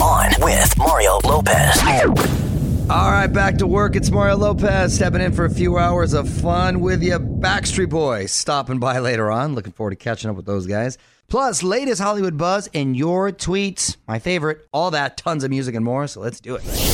On with Mario Lopez. All right, back to work. It's Mario Lopez stepping in for a few hours of fun with you. Backstreet Boys stopping by later on. Looking forward to catching up with those guys. Plus, latest Hollywood buzz and your tweets. My favorite. All that, tons of music and more. So let's do it.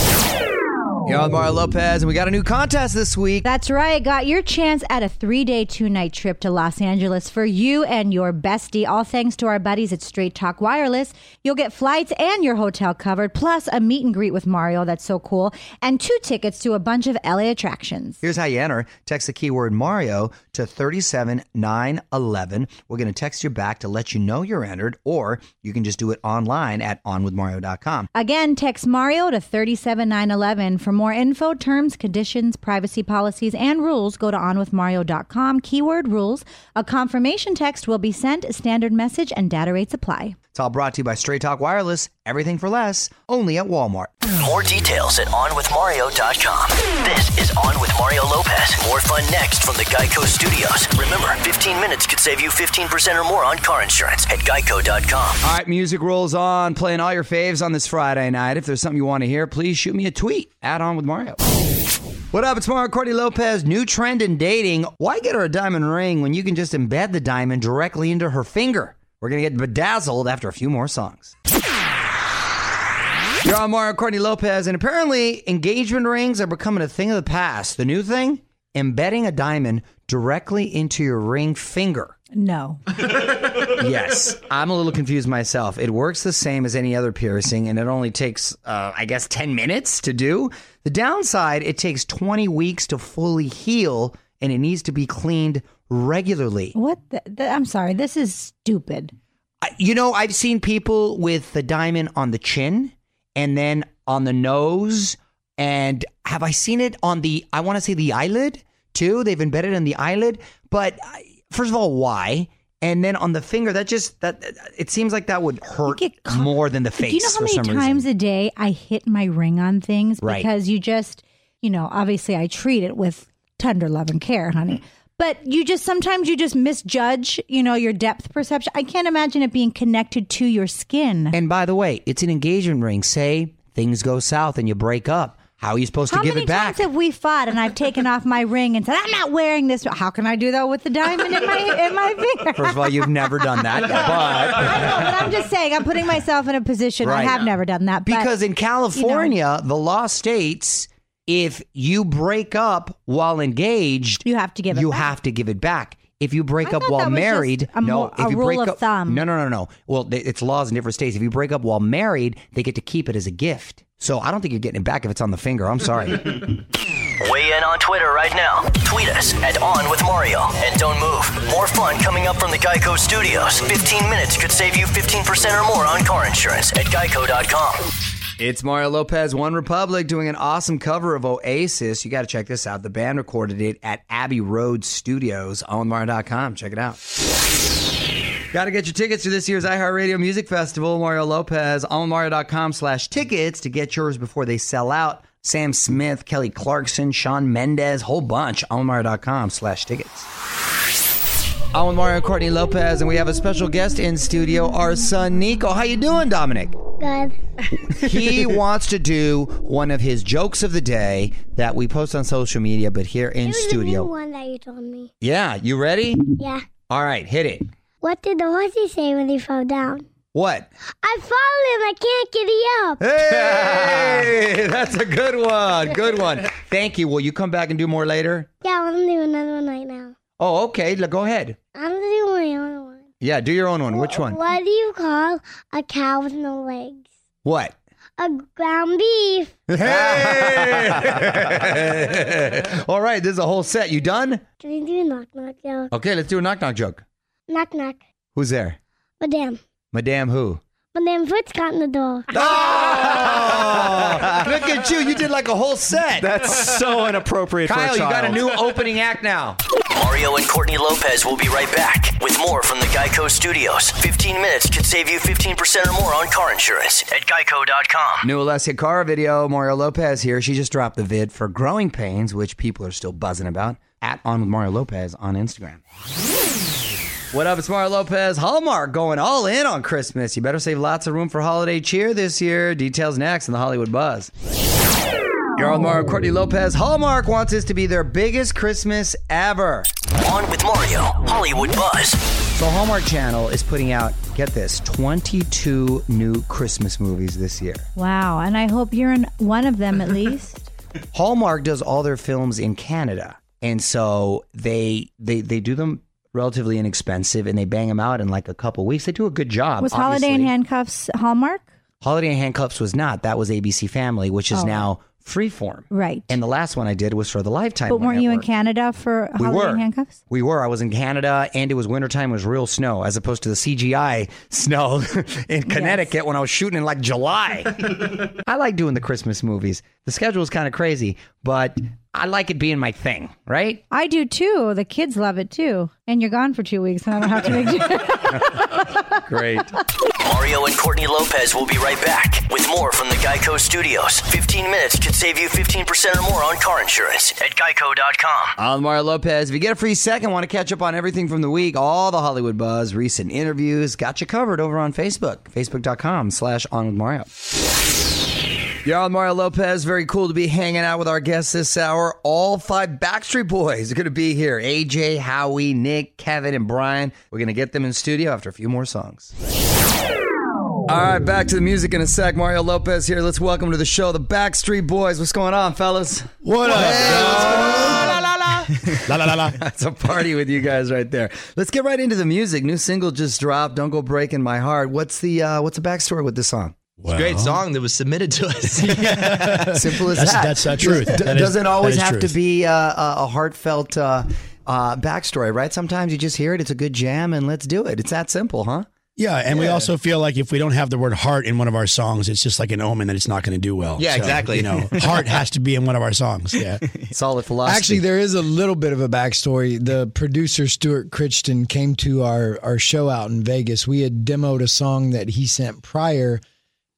You're on Mario Lopez, and we got a new contest this week. That's right. Got your chance at a three day, two night trip to Los Angeles for you and your bestie. All thanks to our buddies at Straight Talk Wireless. You'll get flights and your hotel covered, plus a meet and greet with Mario. That's so cool. And two tickets to a bunch of LA attractions. Here's how you enter. Text the keyword Mario to 37911. We're going to text you back to let you know you're entered, or you can just do it online at onwithmario.com. Again, text Mario to 37911. For more info, terms, conditions, privacy policies, and rules, go to onwithmario.com. Keyword rules. A confirmation text will be sent. Standard message and data rates apply. It's all brought to you by Straight Talk Wireless. Everything for less, only at Walmart. More details at onwithmario.com. This is On with Mario Lopez. More fun next from the Geico Studios. Remember, 15 minutes could save you 15% or more on car insurance at geico.com. All right, music rolls on, playing all your faves on this Friday night. If there's something you want to hear, please shoot me a tweet. Add on with Mario. What up? It's Mario Courtney Lopez. New trend in dating. Why get her a diamond ring when you can just embed the diamond directly into her finger? We're going to get bedazzled after a few more songs. You're on Mario Courtney Lopez, and apparently engagement rings are becoming a thing of the past. The new thing? Embedding a diamond directly into your ring finger. No. Yes, I'm a little confused myself. It works the same as any other piercing, and it only takes, uh, I guess, 10 minutes to do. The downside, it takes 20 weeks to fully heal, and it needs to be cleaned regularly. What? The, the, I'm sorry. This is stupid. I- You know, I've seen people with the diamond on the chin and then on the nose, and have I seen it on the, I want to say the eyelid too? They've embedded in the eyelid, but I- first of all, why? And then on the finger, that just that it seems like that would hurt get caught- more than the face. Do you know for how some many times reason. a day I hit my ring on things Right. because you just, you know, obviously I treat it with tender love and care, honey. But you just sometimes you just misjudge, you know, your depth perception. I can't imagine it being connected to your skin. And by the way, it's an engagement ring. Say things go south and you break up. How are you supposed how to give many it back? times have we fought and I've taken off my ring and said, I'm not wearing this? How can I do that with the diamond in my in my finger? First of all, you've never done that, but I know, but I'm just saying, I'm putting myself in a position I Right. have never done that. but- because in California, the law states if you break up while engaged, You have to give it you back. have to give it back. If you break I up thought while that was just married, a no. mo- if a you rule break of up, thumb. no, no, no, no. Well, th- it's laws in different states. If you break up while married, they get to keep it as a gift. So I don't think you're getting it back if it's on the finger. I'm sorry. Weigh in on Twitter right now. Tweet us at On With Mario. And don't move. More fun coming up from the Geico Studios. 15 minutes could save you 15% or more on car insurance at geico.com. It's Mario Lopez, One Republic, doing an awesome cover of Oasis. You got to check this out. The band recorded it at Abbey Road Studios on Mario.com. Check it out. Got to get your tickets to this year's iHeartRadio Music Festival. Mario Lopez on Mario.com slash tickets to get yours before they sell out. Sam Smith, Kelly Clarkson, Sean Mendez, whole bunch on Mario.com slash tickets. I'm with Mario Courtney Lopez, and we have a special guest in studio, our son Nico. How you doing, Dominic? Good. he wants to do one of his jokes of the day that we post on social media, but here in The studio. one that you told me. Yeah, you ready? Yeah. All right, hit it. What did the horsey say when he fell down? What? I fall and I can't get up. Hey, that's a good one. Good one. Thank you. Will you come back and do more later? Yeah, I want to do another one right now. Oh, okay. l- Go ahead. I'm going to do my own one. Yeah, do your own one. Which one? What do you call a cow with no legs? What? A ground beef. Hey! All right, this is a whole set. You done? Can you do a knock knock joke? Okay, let's do a knock knock joke. Knock knock. Who's there? Madame. Madame who? Madame Fritz got in the door. Oh, look at you. You did like a whole set. That's so inappropriate for a Kyle, child. you got a new opening act now. Mario and Courtney Lopez will be right back with more from the Geico Studios. 15 minutes could save you 15% or more on car insurance at geico.com. New Alessia Cara video. Mario Lopez here. She just dropped the vid for Growing Pains, which people are still buzzing about. At On With Mario Lopez on Instagram. What up? It's Mario Lopez. Hallmark going all in on Christmas. You better save lots of room for holiday cheer this year. Details next in the Hollywood Buzz. You're on with Mario and Courtney Lopez. Hallmark wants this to be their biggest Christmas ever. On with Mario, Hollywood Buzz. So Hallmark Channel is putting out, get this, 22 new Christmas movies this year. Wow. And I hope you're in one of them at least. Hallmark does all their films in Canada, and so they they they do them relatively inexpensive, and they bang them out in like a couple weeks. They do a good job. Was Holiday in obviously. Handcuffs Hallmark? Holiday in Handcuffs was not. That was ABC Family, which is now Freeform. Oh. Right. And the last one I did was for the Lifetime. but weren't you in Network. Canada for We Holiday were. in Handcuffs? We were. I was in Canada, and it was wintertime. It was real snow, as opposed to the CGI snow in Connecticut when I was shooting in like July. I like doing the Christmas movies. The schedule is kind of crazy, but I like it being my thing, right? I do too. The kids love it too. And you're gone for two weeks and I don't have to make you. Great. Mario and Courtney Lopez will be right back with more from the Geico Studios. 15 minutes could save you 15% or more on car insurance at geico.com. I'm Mario Lopez. If you get a free second, want to catch up on everything from the week, all the Hollywood buzz, recent interviews, got you covered over on Facebook, facebook.com slash on with Mario. You're on Mario Lopez. Very cool to be hanging out with our guests this hour. All five Backstreet Boys are going to be here. AJ, Howie, Nick, Kevin, and Brian. We're going to get them in studio after a few more songs. All right, back to the music in a sec. Mario Lopez here. Let's welcome to the show the Backstreet Boys. What's going on, fellas? What up? La la la la. It's a party with you guys right there. Let's get right into the music. New single just dropped. Don't go breaking my heart. What's the uh, what's the backstory with this song? Great song that was submitted to us. Simple as That's- that. that's the truth. Does- That is- doesn't always that is have truth. to be uh, a, a heartfelt uh, uh, backstory, right? Sometimes you just hear it. It's a good jam, and let's do it. It's that simple, huh? Yeah, and we also feel like if we don't have the word heart in one of our songs, it's just like an omen that it's not going to do well. Yeah, exactly. You know, heart has to be in one of our songs. Yeah. Solid philosophy. Actually, there is a little bit of a backstory. The producer Stuart Crichton came to our our show out in Vegas. We had demoed a song that he sent prior,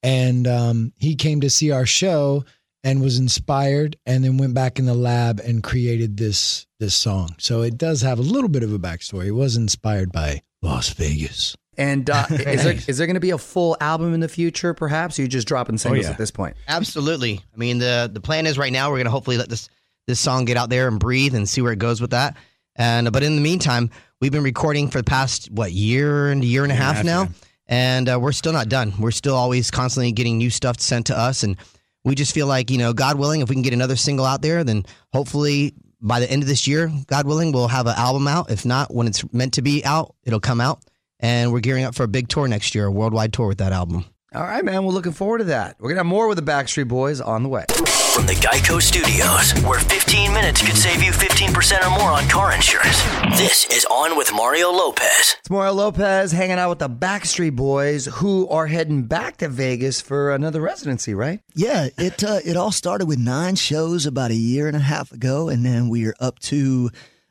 and um, he came to see our show and was inspired, and then went back in the lab and created this this song. So it does have a little bit of a backstory. It was inspired by Las Vegas. and uh, is there is there going to be a full album in the future? Perhaps or you just dropping singles Oh, yeah. at this point. Absolutely. I mean, the the plan is right now we're gonna hopefully let this this song get out there and breathe and see where it goes with that. And but in the meantime, we've been recording for the past what year and a year and a half now, and uh, we're still not done. We're still always constantly getting new stuff sent to us, and we just feel like you know, God willing, if we can get another single out there, then hopefully by the end of this year, God willing, we'll have an album out. If not, when it's meant to be out, it'll come out. And we're gearing up for a big tour next year, a worldwide tour with that album. All right, man. We're looking forward to that. We're gonna have more with the Backstreet Boys on the way. From the Geico Studios, where 15 minutes could save you 15% or more on car insurance. This is On with Mario Lopez. It's Mario Lopez hanging out with the Backstreet Boys, who are heading back to Vegas for another residency, right? Yeah, it uh, it all started with nine shows about a year and a half ago, and then we are up to,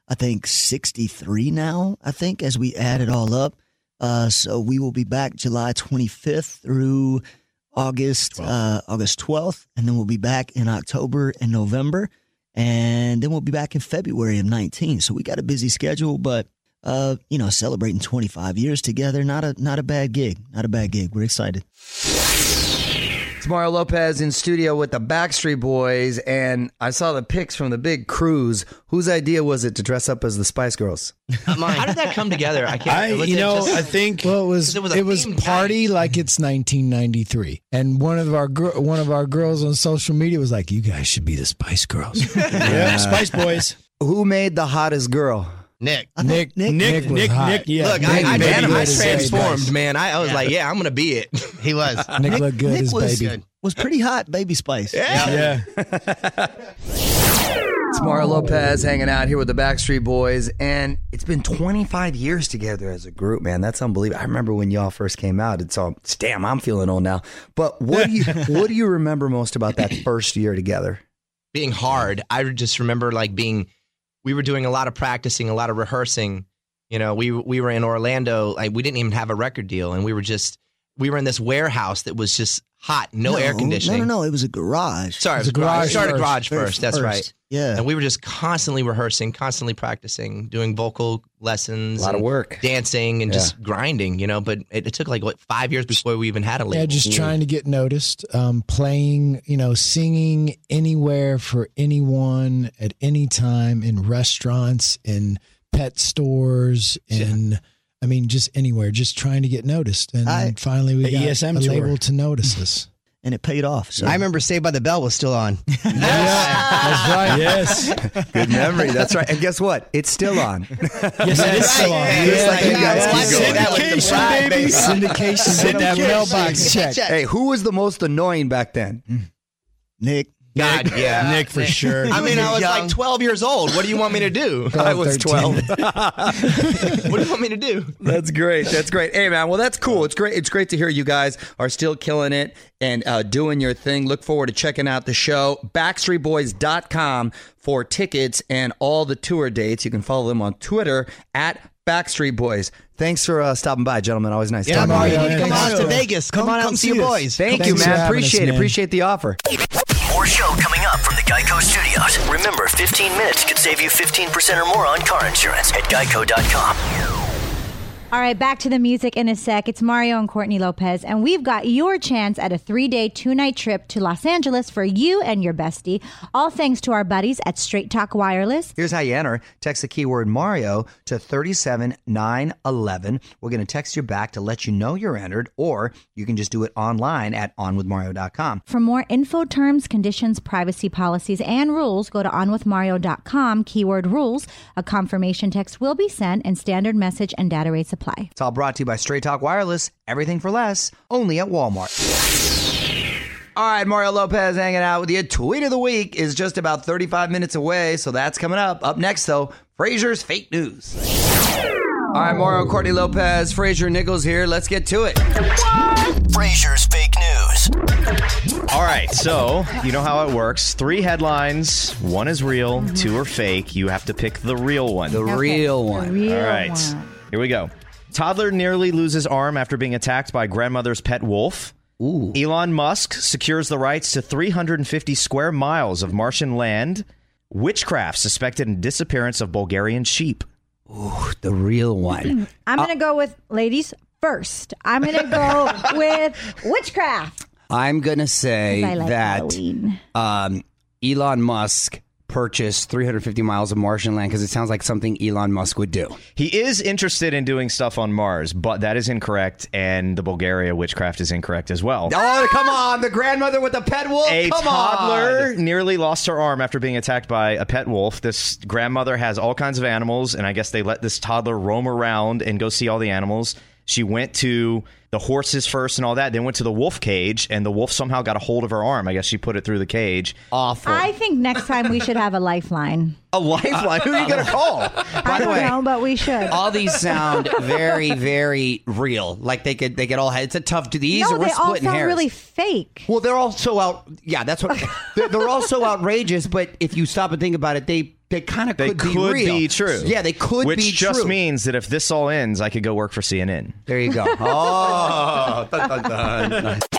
I think, sixty three now. I think as we add it all up, uh, so we will be back July twenty fifth through August uh, August twelfth, and then we'll be back in October and November, and then we'll be back in February of nineteen. So we got a busy schedule, but uh, you know, celebrating twenty five years together, not a not a bad gig, not a bad gig. We're excited. It's Mario Lopez in studio with the Backstreet Boys, and I saw the pics from the big cruise. Whose idea was it to dress up as the Spice Girls? How did that come together? I can't. I, was you it know, just- I think. Well, it was It it was, was a themed party like it's 1993, and one of our gir- one of our girls on social media was like, "You guys should be the Spice Girls." yeah, Spice Boys. Who made the hottest girl? Nick. Nick, Nick, Nick, Nick, hot. Nick, yeah. Look, I, I, Nick man, I was his baby transformed, face. man. I, I was like, yeah, I'm gonna be it. He was. Nick, looked good as was, baby. was pretty hot, baby spice. yeah. It's Mario Lopez hanging out here with the Backstreet Boys, and it's been 25 years together as a group, man. That's unbelievable. I remember when y'all first came out. It's all, damn, I'm feeling old now. But what do you, what do you remember most about that first year together? Being hard. I just remember like being. We were doing a lot of practicing, a lot of rehearsing. You know, we we were in Orlando. Like we didn't even have a record deal, and we were just we were in this warehouse that was just hot, no, air conditioning. No, no, no. It was a garage. Sorry, it was a garage. We started garage first. That's right. Yeah. And we were just constantly rehearsing, constantly practicing, doing vocal lessons, A lot of and work. dancing, and Yeah. just grinding. You know, but it, it took like what five years before we even had a label. Yeah, just trying to get noticed, um, playing, you know, singing anywhere for anyone at any time in restaurants, in pet stores, in I mean, just anywhere, just trying to get noticed. And I- finally, we The got E ESM a tour. label to notice us. And it paid off. So I remember Saved by the Bell was still on. That's right. Yes. Good memory. That's right. And guess what? It's still on. Yes, it is still on. Yeah, Just yeah, like you yeah, guys I keep watched going. that with the Syndication, pride, baby. Syndication. Get that mailbox check. hey, who was the most annoying back then? Nick, God, yeah, Nick for sure. I mean, I was like 12 years old. What do you want me to do? I was 12. What do you want me to do? That's great. That's great. Hey man, well that's cool. It's great. It's great to hear you guys are still killing it and uh, doing your thing. Look forward to checking out the show. Backstreetboys.com for tickets and all the tour dates. You can follow them on Twitter at Backstreet Boys. Thanks for uh, stopping by, gentlemen. Always nice Yeah, talking Mario, to you. you need to come thanks. on out to Vegas. Come, on out and see your us. boys. Thank you, Thanks for man. having us, Appreciate it. man. Appreciate the offer. More show coming up from the Geico Studios. Remember, 15 minutes could save you 15% or more on car insurance at geico.com. All right, back to the music in a sec. It's Mario and Courtney Lopez, and we've got your chance at a three day, two night trip to Los Angeles for you and your bestie, all thanks to our buddies at Straight Talk Wireless. Here's how you enter. Text the keyword Mario to 37911. We're going to text you back to let you know you're entered, or you can just do it online at onwithmario.com. For more info, terms, conditions, privacy policies, and rules, go to onwithmario.com, keyword rules. A confirmation text will be sent, and standard message and data rates apply. It's all brought to you by Straight Talk Wireless. Everything for less, only at Walmart. All right, Mario Lopez hanging out with you. Tweet of the week is just about 35 minutes away, so that's coming up. Up next, though, Frasier's fake news. All right, Mario, Courtney Lopez, Frasier Nichols here. Let's get to it. Frasier's fake news. All right, so you know how it works. Three headlines. One is real, two are fake. You have to pick the real one. Mm-hmm. The real one. All right, here we go. Toddler nearly loses arm after being attacked by grandmother's pet wolf. Ooh. Elon Musk secures the rights to 350 square miles of Martian land. Witchcraft suspected in disappearance of Bulgarian sheep. The real one. I'm going to go with ladies first. I'm going to go with witchcraft. I'm going to say I like that Halloween. um, Elon Musk purchased 350 miles of Martian land because it sounds like something Elon Musk would do. Oh, He is interested in doing stuff on Mars, but that is incorrect, and the Bulgaria witchcraft is incorrect as well. Ah! Oh, come on. The grandmother with the pet wolf? A Oh, come toddler on. nearly lost her arm after being attacked by a pet wolf. This grandmother has all kinds of animals, and I guess they let this toddler roam around and go see all the animals. She went to the horses first and all that, then went to the wolf cage, and the wolf somehow got a hold of her arm. I guess she put it through the cage. Awful. I think next time we should have a lifeline. A lifeline? Who are you going to call? I don't know, but we should. all these sound very, very real. Like they could, they could all. It's a tough. These no, we're they all splitting sound hairs. really fake. well, they're all so out. Yeah, that's what. They're, they're all so outrageous. But if you stop and think about it, they they kind of They could, could, be be, real. true. Yeah, they could Which be true. just means that if this all ends, I could go work for CNN. There you go. Oh,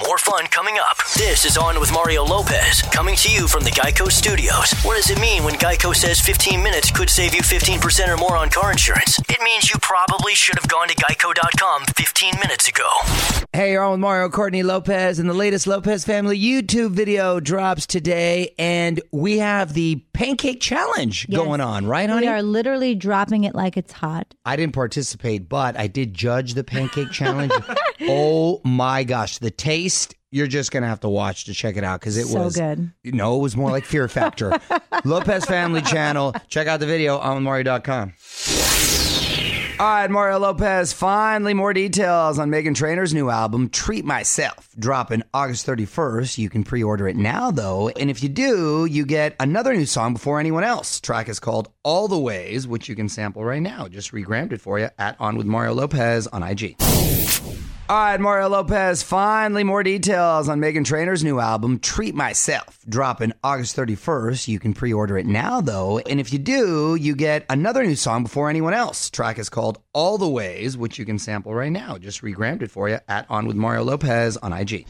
More fun coming up. This is On with Mario Lopez, coming to you from the Geico Studios. What does it mean when Geico says 15 minutes could save you 15% or more on car insurance? It means you probably should have gone to geico.com 15 minutes ago. Hey, you're on with Mario Courtney Lopez, and the latest Lopez family YouTube video drops today, and we have the pancake challenge Yes. going on, right, honey? We are literally dropping it like it's hot. I didn't participate, but I did judge the pancake challenge. oh my gosh, the taste! You're just gonna have to watch to check it out because it So was good. No, it was more like Fear Factor. Lopez Family Channel. Check out the video on Mario.com. All right, Mario Lopez. Finally, more details on Megan Trainor's new album, Treat Myself, dropping August 31st. You can pre order it now, though. And if you do, you get another new song before anyone else. Track is called All the Ways, which you can sample right now. Just regrammed it for you at On With Mario Lopez on IG. All right, Mario Lopez. Finally, more details on Megan Trainor's new album, Treat Myself, dropping August 31st. You can pre order it now, though. And if you do, you get another new song before anyone else. Track is called All the Ways, which you can sample right now. Just regrammed it for you at On With Mario Lopez on IG.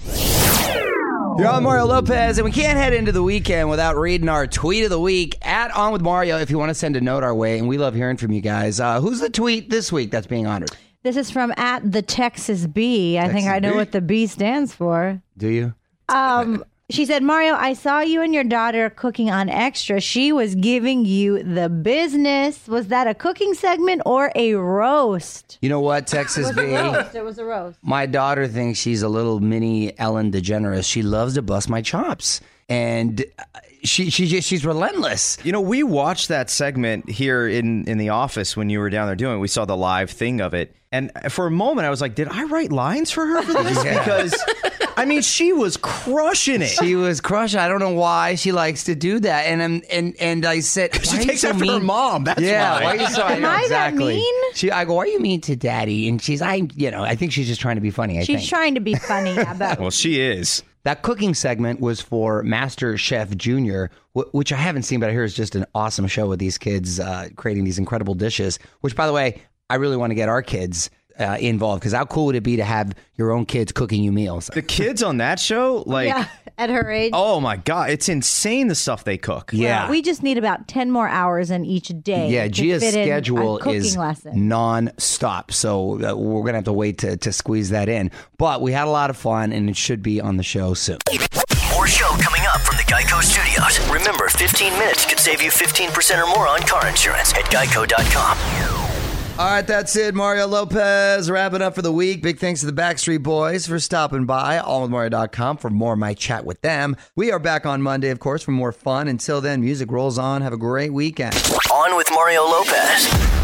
You're on Mario Lopez, and we can't head into the weekend without reading our tweet of the week at On With Mario if you want to send a note our way. And we love hearing from you guys. Uh, who's the tweet this week that's being honored? This is from at the Texas Bee. I think I know what the B stands for. Do you? Um, she said, Mario, I saw you and your daughter cooking on Extra. She was giving you the business. Was that a cooking segment or a roast? You know what, Texas B? It was a roast. My daughter thinks she's a little mini Ellen DeGeneres. She loves to bust my chops, and uh, she she just she's relentless. You know, we watched that segment here in in the office when you were down there doing it. We saw the live thing of it. And for a moment I was like, did I write lines for her for this? Because I mean, she was crushing it. She was crushing. I don't know why she likes to do that. And I'm, and and I said "Why she are you takes so after her mean?" mom. That's yeah, why. why are you so? I know, Am I that exactly. mean? She, I go, why are you mean to daddy? And she's, I, you know, I think she's just trying to be funny. I She's think trying to be funny about well, she is. that cooking segment was for Master Chef Junior, wh- which I haven't seen, but I hear is just an awesome show with these kids uh, creating these incredible dishes. Which, by the way, I really want to get our kids uh, involved because how cool would it be to have your own kids cooking you meals? The kids on that show, like, yeah, at her age. oh my god, it's insane the stuff they cook. Yeah. We just need about 10 more hours in each day. Yeah, to Gia's fit in a schedule cooking is lesson. non-stop, so uh, we're gonna have to wait to, to squeeze that in. But we had a lot of fun, and it should be on the show soon. More show coming up from the Geico Studios. Remember, 15 minutes could save you 15% or more on car insurance at geico.com. All right, that's it. Mario Lopez wrapping up for the week. Big thanks to the Backstreet Boys for stopping by. AllWithMario.com for more of my chat with them. We are back on Monday, of course, for more fun. Until then, music rolls on. Have a great weekend. On with Mario Lopez.